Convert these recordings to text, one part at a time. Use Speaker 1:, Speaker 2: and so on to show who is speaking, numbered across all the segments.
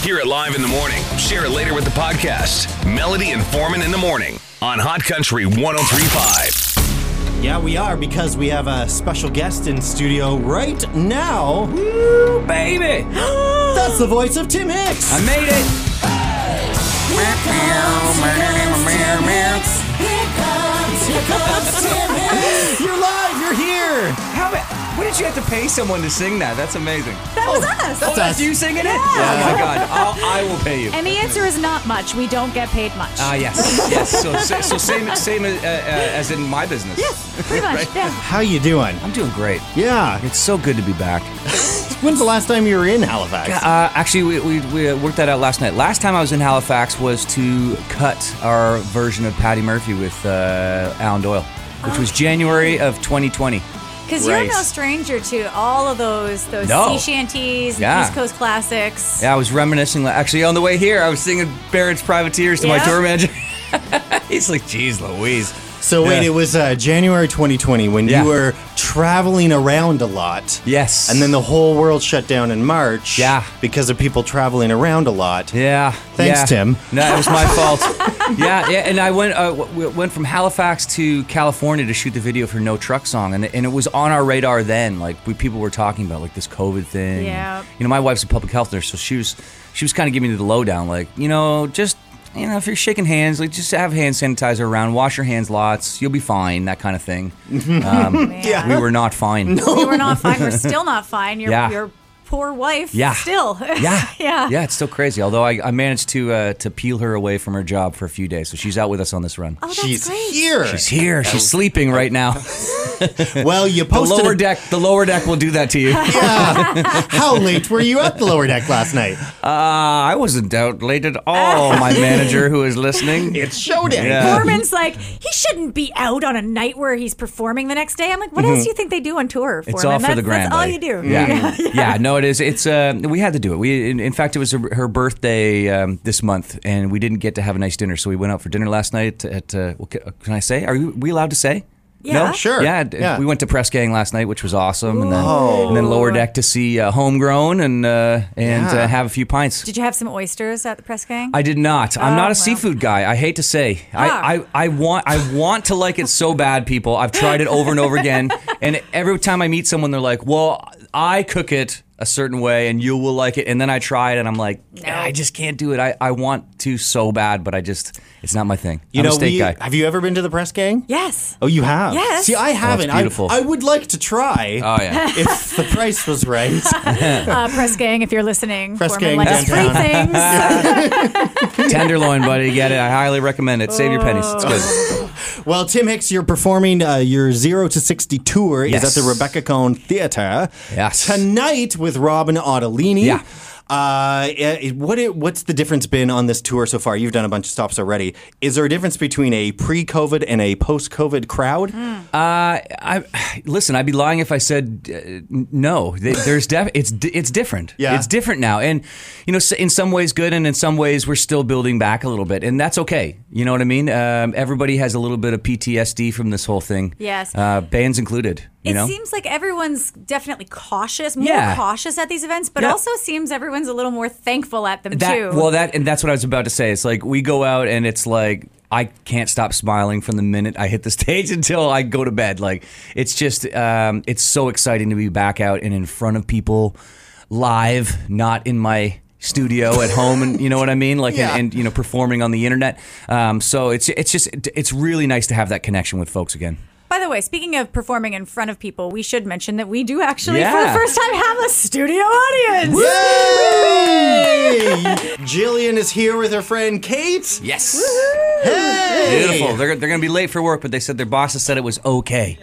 Speaker 1: Hear it live in the morning. Share it later with the podcast. Melody and Foreman in the morning on Hot Country 1035.
Speaker 2: Yeah, we are because we have a special guest in studio right now.
Speaker 3: Baby!
Speaker 2: That's the voice of Tim Hicks.
Speaker 3: I made it!
Speaker 2: you're live. You're here.
Speaker 3: How about, what did you have to pay someone to sing that? That's amazing.
Speaker 4: That was us.
Speaker 3: oh, that's
Speaker 2: us.
Speaker 3: you singing it? Oh my god. I'll, I will pay you.
Speaker 4: And the answer is not much. We don't get paid much.
Speaker 3: Ah, yes. Yes. So, so, so same, same uh, uh, as in my business.
Speaker 4: Pretty much. Yeah.
Speaker 2: How you doing?
Speaker 3: I'm doing great.
Speaker 2: Yeah.
Speaker 3: It's so good to be back.
Speaker 2: When's the last time you were in Halifax?
Speaker 3: Uh, actually, we, we, we uh, worked that out last night. Last time I was in Halifax was to cut our version of Patty Murphy with uh, Alan Doyle, which was January of 2020.
Speaker 4: Because
Speaker 2: Right.
Speaker 4: you're no stranger to all of those those
Speaker 3: No.
Speaker 4: sea shanties,
Speaker 3: Yeah.
Speaker 4: East Coast classics.
Speaker 3: Yeah, I was reminiscing. Actually, on the way here, I was singing Barrett's Privateers to my
Speaker 4: Yeah?
Speaker 3: tour manager. He's like, "Jeez, Louise."
Speaker 2: so wait,
Speaker 3: yeah.
Speaker 2: it was uh, January 2020 when
Speaker 3: Yeah.
Speaker 2: you were traveling around a lot.
Speaker 3: Yes.
Speaker 2: And then the whole world shut down in March.
Speaker 3: Yeah.
Speaker 2: Because of people traveling around a lot.
Speaker 3: Yeah.
Speaker 2: Thanks,
Speaker 3: yeah.
Speaker 2: Tim.
Speaker 3: No, it was my fault. yeah, yeah, and I went uh, w- w- went from Halifax to California to shoot the video for No Truck Song, and and it was on our radar then. Like we, people were talking about like this COVID thing.
Speaker 4: Yeah.
Speaker 3: You know, my wife's a public health nurse, so she was she was kind of giving me the lowdown. Like, you know, just you know, if you're shaking hands, like just have hand sanitizer around, wash your hands lots, you'll be fine, that kind of thing. Um,
Speaker 4: Yeah.
Speaker 3: we were not fine.
Speaker 4: We were not fine. We're still not fine. Your
Speaker 3: Yeah.
Speaker 4: your poor wife.
Speaker 3: Yeah.
Speaker 4: Still.
Speaker 3: Yeah,
Speaker 4: yeah.
Speaker 3: yeah. It's still crazy. Although I, I managed to uh, to peel her away from her job for a few days, so she's out with us on this run.
Speaker 4: Oh, that's
Speaker 2: She's
Speaker 4: great.
Speaker 2: here.
Speaker 3: She's here. She's sleeping right now.
Speaker 2: well, you
Speaker 3: The
Speaker 2: posted.
Speaker 3: lower
Speaker 2: a-
Speaker 3: deck. The lower deck will do that to you. Uh,
Speaker 2: Yeah. How late were you at the lower deck last night?
Speaker 3: I wasn't out late at all. My manager, who is listening,
Speaker 2: It's showdown.
Speaker 3: Yeah.
Speaker 4: Foreman's like, he shouldn't be out on a night where he's performing the next day. I'm like, what else do you think they do on tour? Foreman?
Speaker 3: Mm-hmm. It's all for
Speaker 4: that's,
Speaker 3: the grand.
Speaker 4: That's all
Speaker 3: buddy.
Speaker 4: you do.
Speaker 3: Yeah. Mm-hmm. yeah, No, it is. It's uh, we had to do it. We, in, in fact, it was her, her birthday um, this month, and we didn't get to have a nice dinner, so we went out for dinner last night. At uh, what ca- can I say? Are we, we allowed to say?
Speaker 4: Yeah.
Speaker 3: No,
Speaker 2: Sure.
Speaker 3: Yeah, d-
Speaker 2: Yeah.
Speaker 3: we went to Press Gang last night, which was awesome, and then, and then Lower Deck to see uh, Homegrown and uh, and
Speaker 2: Yeah.
Speaker 3: uh, have a few pints.
Speaker 4: Did you have some oysters at the press gang?
Speaker 3: I did not. I'm
Speaker 4: Oh,
Speaker 3: not a
Speaker 4: well.
Speaker 3: seafood guy. I hate to say.
Speaker 4: Ah.
Speaker 3: I, I, I want I want to like it so bad, people. I've tried it over and over again, and every time I meet someone, they're like, "Well, I cook it a certain way, and you will like it." And then I try it, and I'm like, "Ah, "I just can't do it. I, I want to so bad, but I just it's not my thing.
Speaker 2: You
Speaker 3: I'm
Speaker 2: know,
Speaker 3: a steak
Speaker 2: we,
Speaker 3: guy.
Speaker 2: have you ever been to the press gang?
Speaker 4: yes.
Speaker 2: Oh, you have?
Speaker 4: Yes.
Speaker 2: See, I haven't. I-
Speaker 3: beautiful.
Speaker 2: I, would like to try
Speaker 3: oh yeah,
Speaker 2: if the price was right.
Speaker 4: Uh, press gang, if you're listening,
Speaker 2: Press gang
Speaker 4: Foreman likes free
Speaker 2: downtown.
Speaker 4: things.
Speaker 3: tenderloin, buddy. Get it. I highly recommend it. Save your pennies. It's good.
Speaker 2: well, Tim Hicks, you're performing uh, your 0 to 60 tour
Speaker 3: Yes.
Speaker 2: is at the Rebecca Cohn Theater
Speaker 3: Yes.
Speaker 2: tonight with Robin Ottolini.
Speaker 3: Yeah.
Speaker 2: Uh, it- what it, what's the difference been on this tour so far? You've done a bunch of stops already. Is there a difference between a pre-COVID and a post-COVID crowd?
Speaker 3: Uh, I listen. I'd be lying if I said uh, n- no. Th- There's def- it's di- it's different.
Speaker 2: Yeah.
Speaker 3: it's different now, and you know, s- in some ways good, and in some ways we're still building back a little bit, and that's okay. You know what I mean? Um, everybody has a little bit of PTSD from this whole thing.
Speaker 4: Yes.
Speaker 3: uh, bands included. You
Speaker 4: It
Speaker 3: know,
Speaker 4: seems like everyone's definitely cautious, more
Speaker 3: Yeah.
Speaker 4: cautious at these events, but
Speaker 3: Yeah.
Speaker 4: also seems everyone's a little more thankful at them
Speaker 3: that
Speaker 4: too.
Speaker 3: well that and that's what I was about to say. It's like we go out and it's like. I can't stop smiling from the minute I hit the stage until I go to bed. Like it's just, um, it's so exciting to be back out and in front of people, live, not in my studio at home, and you know what I mean, like
Speaker 2: Yeah.
Speaker 3: and, and you know performing on the internet. Um, so it's it's just it's really nice to have that connection with folks again.
Speaker 4: By the way, speaking of performing in front of people, we should mention that we do actually, for
Speaker 3: Yeah.
Speaker 4: the first time, have a studio audience.
Speaker 2: Yay! Jillian is here with her friend Kate.
Speaker 3: Yes,
Speaker 2: Hey!
Speaker 3: beautiful. They're they're gonna be late for work, but they said their bosses said it was okay.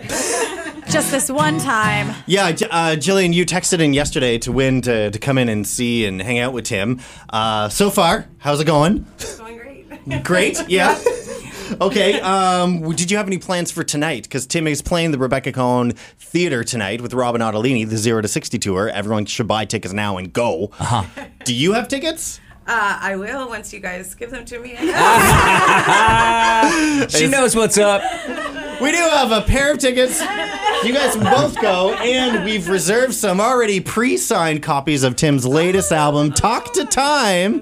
Speaker 4: Just this one time.
Speaker 2: Yeah, J- uh, Jillian, you texted in yesterday to win to, to come in and see and hang out with Tim. Uh, so far, how's it going? It's
Speaker 5: Uh,
Speaker 2: going great. great, yeah. okay, um, w- did you have any plans for tonight? Because Tim is playing the Rebecca Cohn Theater tonight with Robin Ottolini, the 0 to 60 tour. Everyone should buy tickets now and go. Uh-huh. Do you have tickets?
Speaker 5: Uh, I will once you guys give them to me.
Speaker 3: She knows what's up.
Speaker 2: We do have a pair of tickets. You guys can both go, and we've reserved some already pre-signed copies of Tim's latest album, Talk to Time.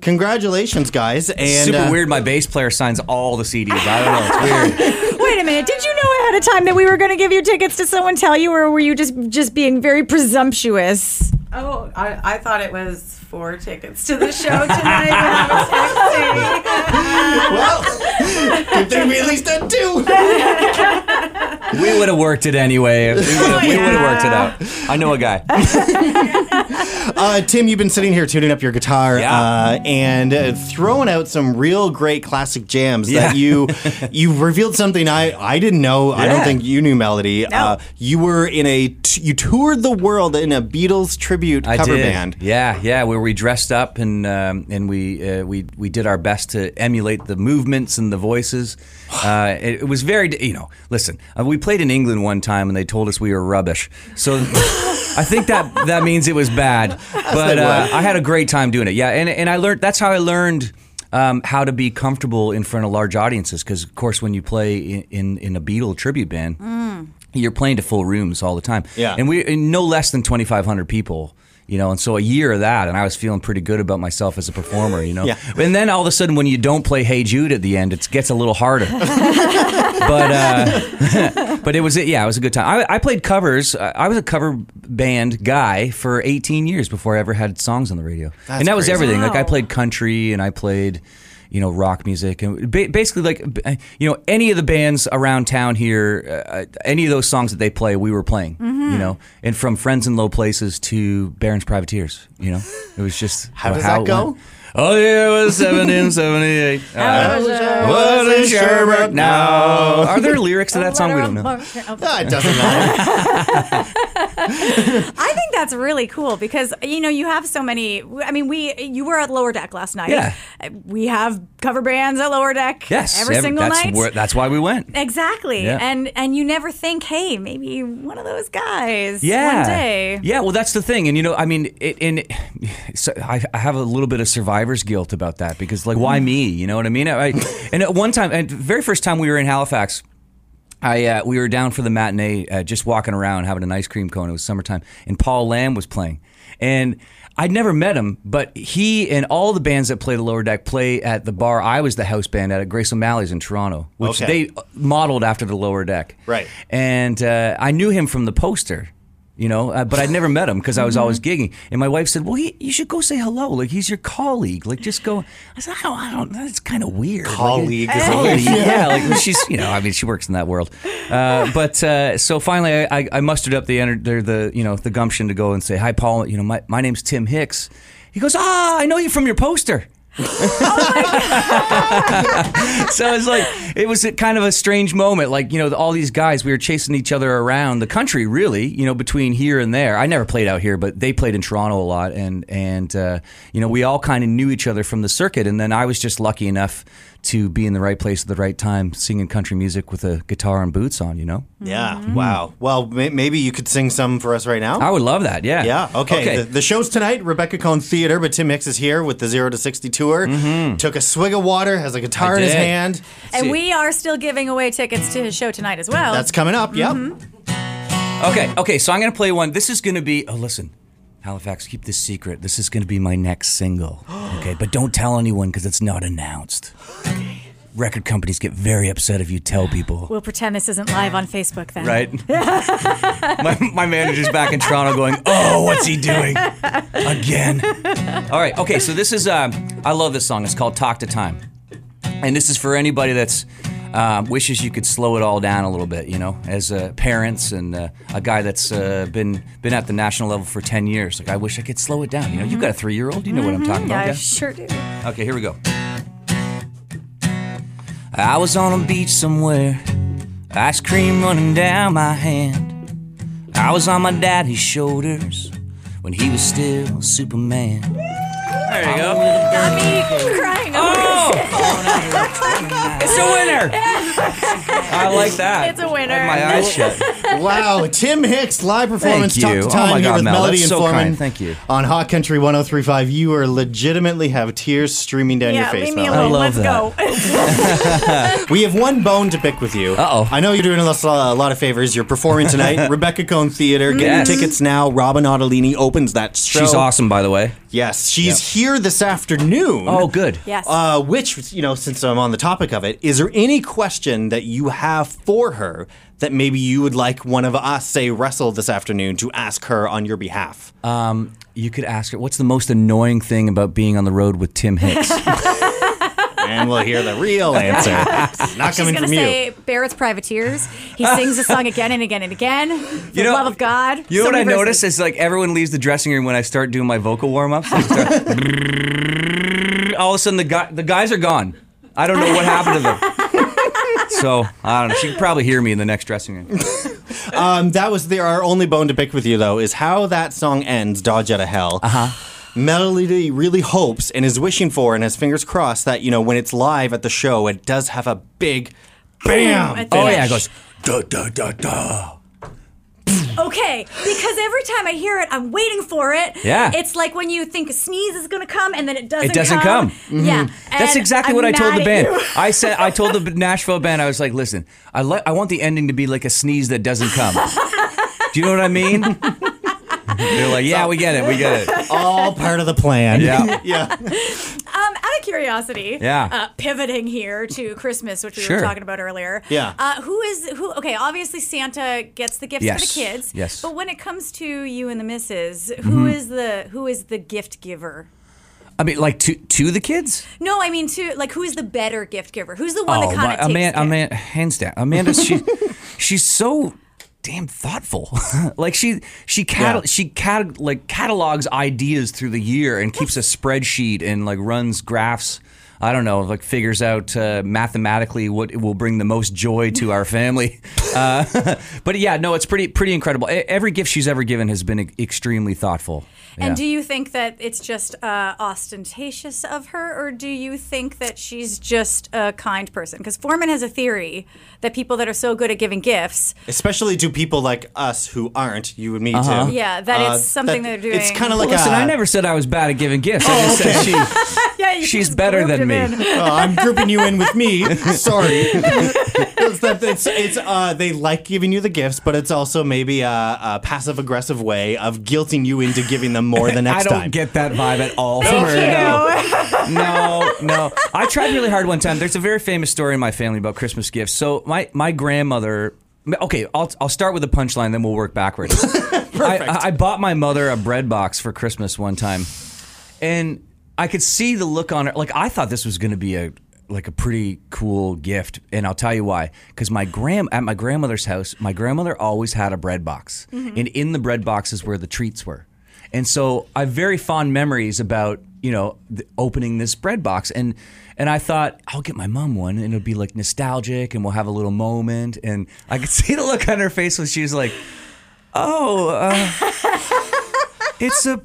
Speaker 2: Congratulations, guys! And
Speaker 3: Super
Speaker 2: uh,
Speaker 3: weird. My bass player signs all the CDs. I don't know. It's weird.
Speaker 4: Wait a minute. Did you know ahead of time that we were going to give you tickets? Did someone tell you, or were you just just being very presumptuous?
Speaker 5: Oh, I, I thought it was four tickets to the show tonight. when I was texting.
Speaker 2: Well, good thing we at least had two.
Speaker 3: We would have worked it anyway. We would have worked it out. I know a guy.
Speaker 2: Uh, Tim, you've been sitting here tuning up your guitar
Speaker 3: Yeah.
Speaker 2: uh, and uh, throwing out some real great classic jams that
Speaker 3: Yeah.
Speaker 2: you you revealed something I, I didn't know. I don't
Speaker 3: Yeah.
Speaker 2: think you knew, Melody. Uh, you were in a t- you toured the world in a Beatles tribute
Speaker 3: I
Speaker 2: cover
Speaker 3: did.
Speaker 2: band.
Speaker 3: Yeah, yeah, where we dressed up and um, and we uh, we we did our best to emulate the movements and the voices. Uh, it, it was very, you know. Listen, uh, we played in England one time and they told us we were rubbish. So I think that that means it was bad. But uh, I had a great time doing it. Yeah, and and I learned that's how I learned. Um, how to be comfortable in front of large audiences because of course when you play in, in, in a Beatle tribute band you're playing to full rooms all the time.
Speaker 2: Mm. Yeah.
Speaker 3: And we and no less than 2,500 people, you know, and so a year of that, and I was feeling pretty good about myself as a performer, you know.
Speaker 2: Yeah.
Speaker 3: And then all of a sudden, when you don't play Hey Jude at the end, it gets a little harder. but uh, but it was it. Yeah, it was a good time. I, I played covers. I I was a cover band guy for 18 years before I ever had songs on the radio, and that was
Speaker 2: crazy.
Speaker 3: everything. Like I
Speaker 4: Wow.
Speaker 3: played country and I played. You know, rock music and ba- basically like b- you know any of the bands around town here, uh, any of those songs that they play, we were playing.
Speaker 2: Mm-hmm.
Speaker 3: You know, and from Friends in Low Places to Baron's Privateers. You know, it was just
Speaker 2: How does that
Speaker 3: it
Speaker 2: go?
Speaker 3: went. Oh yeah, it was seventy and seventy-eight.
Speaker 2: Wasn't sure about
Speaker 3: now. Are there lyrics to that song? We don't know.
Speaker 2: Ah, it doesn't matter.
Speaker 4: I think that's really cool because you know you have so many. I mean, we you were at Lower Deck last night.
Speaker 3: Yeah.
Speaker 4: we have cover bands at Lower Deck.
Speaker 3: Yes,
Speaker 4: every
Speaker 3: ev-
Speaker 4: single
Speaker 3: that's
Speaker 4: night.
Speaker 3: where- that's why we went.
Speaker 4: Exactly,
Speaker 3: Yeah.
Speaker 4: and and you never think, hey, maybe one of those guys
Speaker 3: Yeah.
Speaker 4: one day.
Speaker 3: Yeah. Well, that's the thing, and you know, I mean, it, and it, so I, I have a little bit of survivor's guilt about that because, like, why me? You know what I mean? I, and at one time, and the very first time we were in Halifax. I uh, we were down for the matinee, uh, just walking around having an ice cream cone. It was summertime, and Paul Lamb was playing, and I'd never met him, but he and all the bands that play the Lower Deck play at the bar. I was the house band at Grace O'Malley's in Toronto, which
Speaker 2: Okay.
Speaker 3: they modeled after the Lower Deck.
Speaker 2: Right.
Speaker 3: And uh, I knew him from the poster. You know, uh, but I'd never met him because I was
Speaker 2: Mm-hmm.
Speaker 3: always gigging. And my wife said, "Well, he, you should go say hello. Like he's your colleague. Like just go." I said, "I don't. I don't. That's kind of weird. Like,
Speaker 2: Colleague is a
Speaker 3: Colleague, yeah. Like she's. You know, I mean, she works in that world. Uh, but uh, so finally, I, I, I mustered up the, ener- the the you know the gumption to go and say, "Hi, Paul. You know, my my name's Tim Hicks." He goes, "Ah, I know you from your poster." so it's like it was a kind of a strange moment. Like you know, all these guys we were chasing each other around the country, really. You know, between here and there. I never played out here, but they played in Toronto a lot, and and uh, you know, we all kind of knew each other from the circuit. And then I was just lucky enough to be in the right place at the right time, singing country music with a guitar and boots on. You know,
Speaker 2: Yeah. Wow. Well, may- maybe you could sing some for us right now.
Speaker 3: I would love that. Yeah.
Speaker 2: Yeah. Okay. The, the show's tonight. Rebecca Cohn Theater, but Tim Hicks is here with the Zero to Sixty tour. Took a swig of water, has a guitar in his
Speaker 3: Mm-hmm. did.
Speaker 2: hand.
Speaker 3: See.
Speaker 4: And we are still giving away tickets to his show tonight as well.
Speaker 3: Oh.
Speaker 2: That's coming up. Yep.
Speaker 3: Mm-hmm. Okay, okay, so I'm gonna play one. This is gonna be. Oh, listen, Halifax, keep this secret. This is gonna be my next single. Okay, but don't tell anyone because it's not announced. Record companies get very upset if you tell people.
Speaker 4: we'll pretend this isn't live on Facebook then.
Speaker 3: Right? my, my manager's back in Toronto going, oh, what's he doing? Again. All right, okay, so this is, um, I love this song. It's called Talk to Time. And this is for anybody that's um, wishes you could slow it all down a little bit, you know, as uh, parents and uh, a guy that's uh, been been at the national level for 10 years. Like, I wish I could slow it down. You know, you've got a three year old, you know what I'm talking about.
Speaker 4: Mm-hmm. I
Speaker 3: yeah?
Speaker 4: sure do.
Speaker 3: Okay, here we go. I was on a beach somewhere, ice cream running down my hand. I was on my daddy's shoulders when he was still Superman. There you go.
Speaker 4: Me crying.
Speaker 3: Oh! it's a winner! I like that.
Speaker 4: It's a winner.
Speaker 3: I had my eyes shut.
Speaker 2: Wow, Tim Hicks live performance
Speaker 3: Thank
Speaker 2: talk
Speaker 3: you.
Speaker 2: to
Speaker 3: Oh
Speaker 2: time
Speaker 3: my
Speaker 2: here
Speaker 3: God,
Speaker 2: with
Speaker 3: Mel,
Speaker 2: Melody
Speaker 3: that's
Speaker 2: and
Speaker 3: so
Speaker 2: Foreman.
Speaker 3: kind. Thank you.
Speaker 2: On Hot Country 1035, you are legitimately have tears streaming down
Speaker 4: yeah,
Speaker 2: your face.
Speaker 4: leave me
Speaker 2: Melody.
Speaker 4: alone.
Speaker 3: love
Speaker 4: Let's go.
Speaker 2: We have one bone to pick with you.
Speaker 3: Uh-oh.
Speaker 2: I know you're doing us a a lot of favors. You're performing tonight, Rebecca Cohn Theater. Get
Speaker 3: Yes.
Speaker 2: your tickets now. Robin Ottolini opens that show.
Speaker 3: She's awesome, by the way.
Speaker 2: Yes, she's here this afternoon.
Speaker 3: Oh, good.
Speaker 4: yes.
Speaker 2: Uh, which, you know, since I'm on the topic of it, is there any question that you have for her that maybe you would like one of us, say Russell, this afternoon to ask her on your behalf?
Speaker 3: Um, you could ask her, what's the most annoying thing about being on the road with Tim Hicks?
Speaker 2: and we'll hear the real answer. It's not
Speaker 4: She's
Speaker 2: coming
Speaker 4: gonna
Speaker 2: from
Speaker 4: say
Speaker 2: you.
Speaker 4: Barrett's Privateers. He sings the song again and again and again. For
Speaker 3: You
Speaker 4: the
Speaker 3: know-
Speaker 4: love of God.
Speaker 3: You know
Speaker 4: So
Speaker 3: what I
Speaker 4: many
Speaker 3: notice
Speaker 4: verses.
Speaker 3: is like everyone leaves the dressing room when I start doing my vocal warm ups. All of a sudden, the guy, the guys are gone. I don't know what happened to them. So I don't know. She could probably hear me in the next dressing room.
Speaker 2: Um, that was the, our only bone to pick with you, though, is how that song ends, Dodge Outta Hell. Uh-huh. Melody really hopes and is wishing for and has fingers crossed that, you know, when it's live at the show, it does have a big bam.
Speaker 5: at the
Speaker 3: Oh
Speaker 5: end.
Speaker 3: yeah, it goes.
Speaker 4: Okay, because every time I hear it, I'm waiting for it.
Speaker 3: Yeah.
Speaker 4: It's like when you think a sneeze is going to come and then it doesn't
Speaker 3: It doesn't come. Mm-hmm.
Speaker 4: Yeah.
Speaker 3: That's
Speaker 4: and
Speaker 3: exactly
Speaker 4: I'm
Speaker 3: what I told
Speaker 4: mad
Speaker 3: the
Speaker 4: at
Speaker 3: band.
Speaker 4: you.
Speaker 3: I said I told the Nashville band I was like, "Listen, I li- I want the ending to be like a sneeze that doesn't come." Do you know what I mean? They're like, "Yeah, we get it. We get it."
Speaker 2: All part of the plan.
Speaker 3: Yeah.
Speaker 2: yeah.
Speaker 4: Um, out of curiosity,
Speaker 3: Yeah.
Speaker 4: uh, pivoting here to Christmas, which we
Speaker 3: Sure.
Speaker 4: were talking about earlier.
Speaker 2: Yeah.
Speaker 4: Uh, who is who? Okay, obviously Santa gets the gifts for
Speaker 3: Yes.
Speaker 4: the kids.
Speaker 3: Yes. Mm-hmm.
Speaker 4: But when it comes to you and the missus, who is the who is the gift giver?
Speaker 3: I mean, like to to the kids.
Speaker 4: No, I mean to like who's the better gift giver? Who's the one that kind
Speaker 3: Oh, my-
Speaker 4: of takes
Speaker 3: Amanda,
Speaker 4: it?
Speaker 3: Amanda, hands down, Amanda. She, she's so damn thoughtful. like she, she cata-
Speaker 2: Yeah.
Speaker 3: she cata- like catalogs ideas through the year and keeps a spreadsheet and like runs graphs. I don't know, like figures out uh, mathematically what will bring the most joy to our family. Uh, but yeah, no, it's pretty pretty incredible. E- Every gift she's ever given has been e- extremely thoughtful.
Speaker 4: And
Speaker 3: Yeah.
Speaker 4: do you think that it's just uh, ostentatious of her, or do you think that she's just a kind person? Because Foreman has a theory that people that are so good at giving gifts,
Speaker 2: Especially to people like us who aren't, you and me too. Uh,
Speaker 4: Yeah, that it's something they're
Speaker 2: It's
Speaker 4: doing.
Speaker 2: kind of like
Speaker 3: Uh-huh. Listen,
Speaker 2: a,
Speaker 3: I never said I was bad at giving gifts. I just said she.
Speaker 4: yeah, you
Speaker 3: She's better than me.
Speaker 2: Oh, I'm grouping you in with me. Sorry. it's, that- it's- it's, uh, they like giving you the gifts, but it's also maybe a, a passive aggressive way of guilting you into giving them more the next
Speaker 3: I don't
Speaker 2: time.
Speaker 3: get that vibe at all from her. No, no, no. I tried really hard one time. There's a very famous story in my family about Christmas gifts. So my my grandmother. Okay, I'll I'll start with the punchline, then we'll work backwards. I, I- I bought my mother a bread box for Christmas one time, and I could see the look on her. Like I thought this was going to be a like a pretty cool gift, and I'll tell you why. Because my gram at my grandmother's house, my grandmother always had a bread box, and in the bread box is where the treats were. And so I have very fond memories about you know th- opening this bread box, and and I thought I'll get my mom one, and it'll be like nostalgic, and we'll have a little moment. And I could see the look on her face when she was like, "Oh, uh, it's a."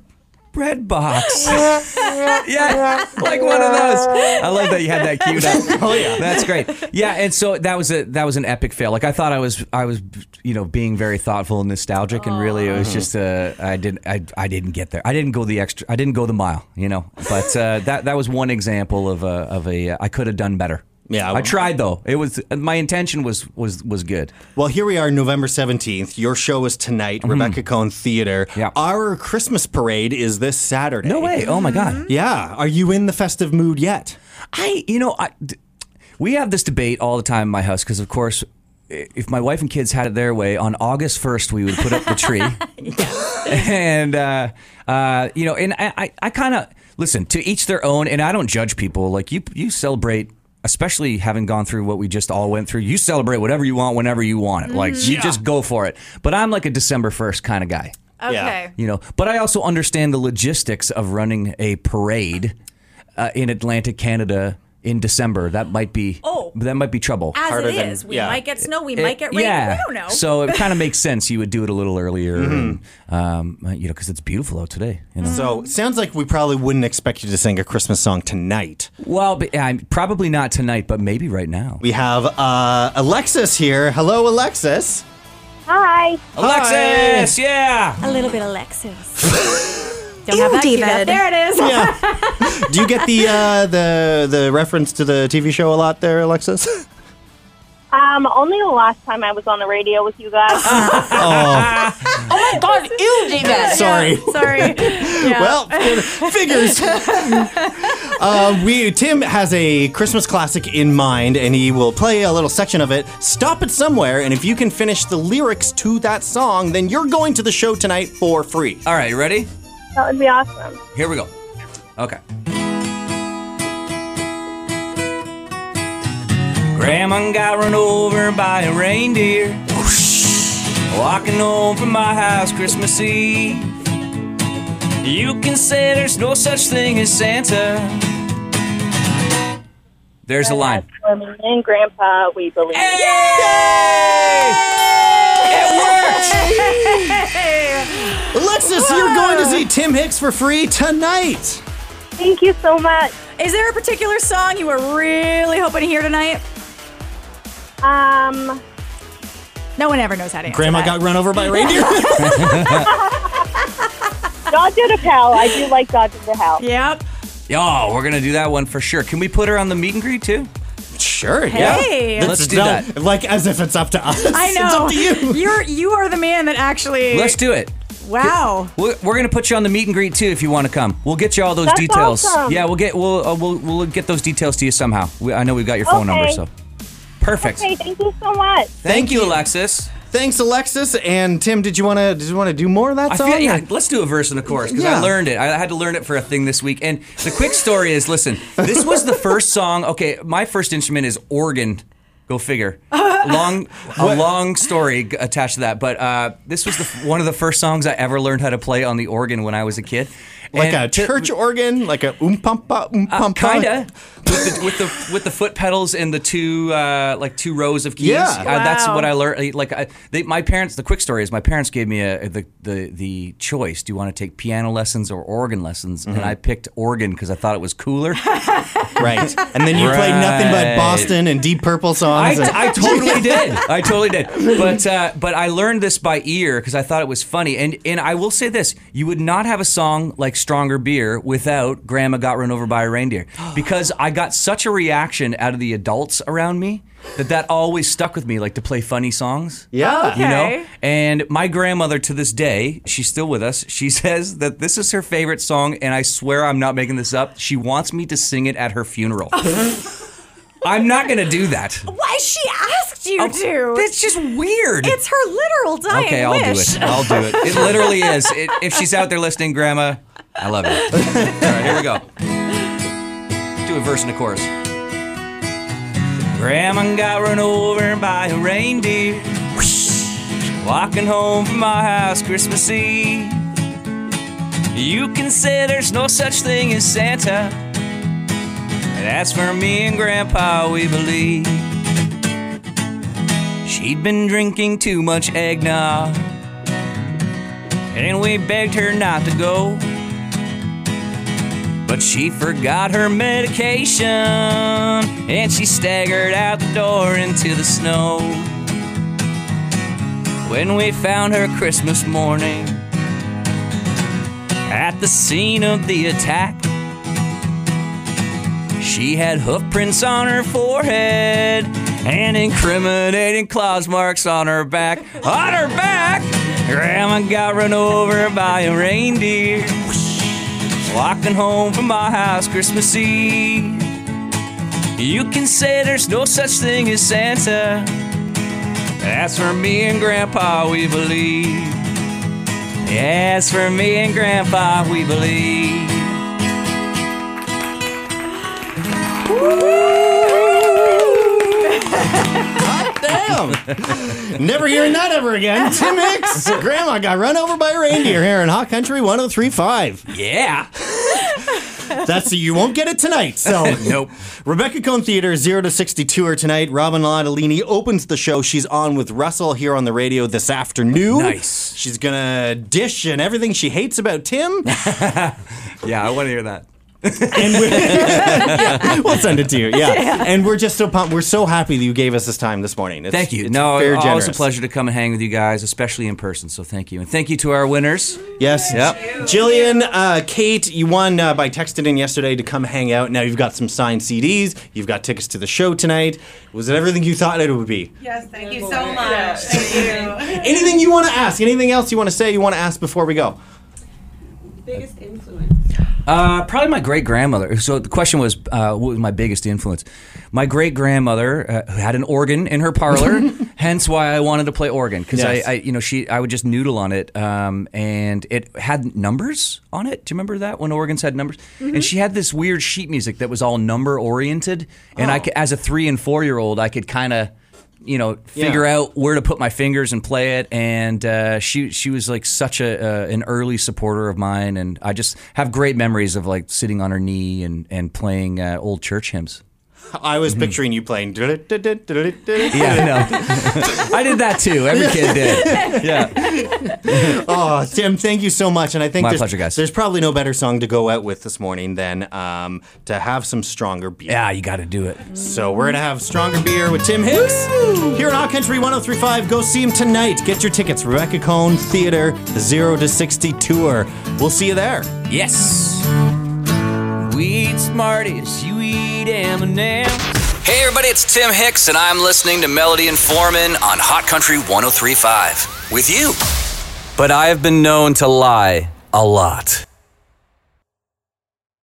Speaker 3: Bread box, yeah, like one of those. I love that you had that queued up. Oh yeah, that's great. Yeah, and so that was a that was an epic fail. Like I thought I was I was you know being very thoughtful and nostalgic, and really it was just uh, I didn't I, I didn't get there. I didn't go the extra. I didn't go the mile. You know, but uh, that that was one example of a of a uh, I could have done better.
Speaker 2: Yeah, I-
Speaker 3: I tried though. It was my intention was was was good.
Speaker 2: Well, here we are, November 17th. Your show is tonight, Rebecca Cohn Theater.
Speaker 3: Hmm. Yeah.
Speaker 2: Our Christmas parade is this Saturday.
Speaker 3: No way. Oh my god.
Speaker 2: Yeah. Are you in the festive mood yet?
Speaker 3: I, you know, I, d- we have this debate all the time in my house because, of course, i- if my wife and kids had it their way, on August 1st, we would put up the tree. and, uh, uh, you know, and I, I, I kind of listen to each their own, and I don't judge people. Like, you, you celebrate. Especially having gone through what we just all went through, you celebrate whatever you want whenever you want it. Like you just go for it. But I'm like a December first kind of guy
Speaker 4: Okay.
Speaker 2: Yeah.
Speaker 3: you know but i also understand the logistics of running a parade uh, in atlantic canada in december that might be
Speaker 4: Oh.
Speaker 3: that might be trouble
Speaker 4: As
Speaker 2: Harder
Speaker 4: it
Speaker 2: than-
Speaker 4: is, we
Speaker 2: yeah.
Speaker 4: might get snow, we might get rain.
Speaker 3: yeah
Speaker 4: We don't know.
Speaker 3: so it kind of makes sense you would do it a little earlier and, um, you know because it's beautiful out today you
Speaker 4: Mm.
Speaker 3: know?
Speaker 2: So, sounds like we probably wouldn't expect you to sing a Christmas song tonight.
Speaker 3: well but, yeah, probably not tonight but maybe right now
Speaker 2: We have uh, Alexis here. Hello, Alexis.
Speaker 6: Hi.
Speaker 3: Alexis, yeah.
Speaker 4: A little bit Alexis. Don't have that queued up.
Speaker 5: David.
Speaker 4: There it is.
Speaker 2: Yeah. Do you get the uh, the the reference to the TV show a lot there,
Speaker 4: Uh,
Speaker 2: Alexis?
Speaker 6: Um, only the last time I was on the radio with you guys.
Speaker 7: God, ew, David.
Speaker 2: Sorry.
Speaker 4: Sorry. Yeah.
Speaker 2: Well, figures. uh, we Tim has a Christmas classic in mind, and he will play a little section of it. Stop it somewhere, and if you can finish the lyrics to that song, then you're going to the show tonight for free.
Speaker 3: All right, you ready?
Speaker 6: that would be awesome.
Speaker 3: Here we go. Okay. Grandma got run over by a reindeer. Walking home from my house Christmas Eve. You can say there's no such thing as Santa. There's a line.
Speaker 6: Mommy and Grandpa, we believe.
Speaker 2: Alexis, you're going to see Tim Hicks for free tonight.
Speaker 6: Thank you so much.
Speaker 4: Is there a particular song you were really hoping to hear tonight?
Speaker 6: Um,
Speaker 4: No one ever knows how to answer
Speaker 2: Grandma
Speaker 4: that.
Speaker 2: got run over by a reindeer.
Speaker 6: Dodge Out of Hell. I do like Dodge Out of Hell.
Speaker 4: Yep.
Speaker 3: Oh, we're gonna do that one for sure. Can we put her on the meet and greet too?
Speaker 2: sure.
Speaker 4: Hey.
Speaker 2: That's
Speaker 3: Let's do
Speaker 2: not-
Speaker 3: that.
Speaker 2: Like as if it's up to us.
Speaker 4: I know.
Speaker 2: It's up to you.
Speaker 4: You're you are the man that actually.
Speaker 3: Let's do it.
Speaker 4: Wow.
Speaker 3: We're, we're gonna put you on the meet and greet too if you want to come. We'll get you all those
Speaker 6: That's
Speaker 3: details.
Speaker 6: awesome.
Speaker 3: Yeah, we'll get we'll uh, we'll we'll get those details to you somehow. We, I know we've got your phone number,
Speaker 6: Okay.
Speaker 3: so perfect.
Speaker 6: Okay, thank you so much.
Speaker 3: Thank you, Alexis.
Speaker 2: Thanks, Alexis and Tim. Did you want to? Did you want to do more of that
Speaker 3: I
Speaker 2: song?
Speaker 3: feel, yeah, let's do a verse and a chorus because I
Speaker 2: Yeah.
Speaker 3: learned it. I had to learn it for a thing this week. And the quick story is, listen, this was the first song. Okay, my first instrument is organ. Go figure. Long, a long story g- attached to that. But uh, this was the, f- one of the first songs I ever learned how to play on the organ when I was a kid.
Speaker 2: Like
Speaker 3: And
Speaker 2: a
Speaker 3: to-
Speaker 2: church organ, like a oom pumpa oom pumpa.
Speaker 3: Uh, kinda with the, with the with the foot pedals and the two uh, like two rows of keys.
Speaker 2: Yeah.
Speaker 3: Uh, that's
Speaker 4: Wow.
Speaker 3: what I learned. Like I, they, my parents, the quick story is my parents gave me a, the the the choice: do you want to take piano lessons or organ lessons? And I picked organ because I thought it was cooler.
Speaker 2: Right. And then you play nothing but
Speaker 3: Right.
Speaker 2: Boston and Deep Purple songs. and-
Speaker 3: I, I totally did. I totally did. But uh, but I learned this by ear because I thought it was funny. And and I will say this: you would not have a song like "Stronger Beer" without "Grandma Got Run Over by a Reindeer" because I got such a reaction out of the adults around me that that always stuck with me. Like to play funny songs.
Speaker 2: yeah.
Speaker 4: Okay.
Speaker 3: You know? And my grandmother to this day, she's still with us. She says that this is her favorite song, and I swear I'm not making this up. She wants me to sing it at her funeral. I'm not gonna do that.
Speaker 4: Why she asked you to?
Speaker 3: That's just weird.
Speaker 4: it's her literal dying
Speaker 3: Oh, okay, I'll
Speaker 4: wish.
Speaker 3: do it. I'll do it. It literally is. It, if she's out there listening, Grandma, I love you. All right, here we go. Do a verse and a chorus. Grandma got run over by a reindeer. Walking home from my house Christmas Eve. You can say there's no such thing as Santa. And that's for me and Grandpa, we believe. She'd been drinking too much eggnog. And we begged her not to go. But she forgot her medication. And she staggered out the door into the snow. When we found her Christmas morning at the scene of the attack, she had hoof prints on her forehead and incriminating claws marks on her back. On her back! Grandma got run over by a reindeer. Walking home from my house Christmas Eve. You can say there's no such thing as Santa. That's for me and Grandpa, we believe. Yes, for me and Grandpa, we believe.
Speaker 2: Damn. Never hearing that ever again. Tim Hicks. Grandma got run over by a reindeer here in Hot Country 1035.
Speaker 3: Yeah.
Speaker 2: That's you won't get it tonight. So
Speaker 3: Nope.
Speaker 2: Rebecca Cohn Theater, 0 to 60 tour tonight. Robin Ladolini opens the show. She's on with Russell here on the radio this afternoon.
Speaker 3: Nice.
Speaker 2: She's going to dish and everything she hates about Tim.
Speaker 3: Yeah, I want to hear that.
Speaker 2: and we're, Yeah, we'll send it to you. Yeah. and we're just so pumped. We're so happy that you gave us this time this morning. It's,
Speaker 3: Thank you.
Speaker 2: It's
Speaker 3: no,
Speaker 2: very
Speaker 3: always
Speaker 2: generous.
Speaker 3: a pleasure to come and hang with you guys, especially in person. So thank you, and thank you to our winners.
Speaker 2: Yes.
Speaker 3: Yep.
Speaker 2: Jillian, uh, Kate, you won uh, by texting in yesterday to come hang out. Now you've got some signed CDs. You've got tickets to the show tonight. Was it everything you thought it would be?
Speaker 5: Yes, thank you so much. Thank you.
Speaker 2: Anything you want to ask? Anything else you want to say? You want to ask before we go?
Speaker 7: Biggest influence.
Speaker 3: Uh, probably my great grandmother. So the question was, uh, what was my biggest influence? My great grandmother uh, who had an organ in her parlor, hence why I wanted to play organ because
Speaker 2: Yes.
Speaker 3: I, I, you know, she I would just noodle on it, um, and it had numbers on it. Do you remember that when organs had numbers? And she had this weird sheet music that was all number oriented, and I, could, as a three and four year old, I could kind of. You know, figure
Speaker 2: Yeah.
Speaker 3: out where to put my fingers and play it, and uh, she she was like such a uh, an early supporter of mine, and I just have great memories of like sitting on her knee and and playing uh, old church hymns.
Speaker 2: I was picturing you playing.
Speaker 3: Mm-hmm. Yeah, no, I did that too. Every kid did. Yeah,
Speaker 2: Oh, Tim, thank you so much. And I think
Speaker 3: My
Speaker 2: there's,
Speaker 3: pleasure, guys.
Speaker 2: there's probably no better song to go out with this morning than um, to have some stronger beer.
Speaker 3: yeah, you got to do it.
Speaker 2: So we're going to have stronger beer with Tim Hicks here in Hot Country 1035. Go see him tonight. Get your tickets. Rebecca Cohn Theater, the 0 to 60 tour. We'll see you there.
Speaker 3: Yes, we eat Smarties, you eat M&M's.
Speaker 8: Hey everybody, it's Tim Hicks, and I'm listening to Melody and Foreman on Hot Country 1035 with you.
Speaker 3: But I have been known to lie a lot.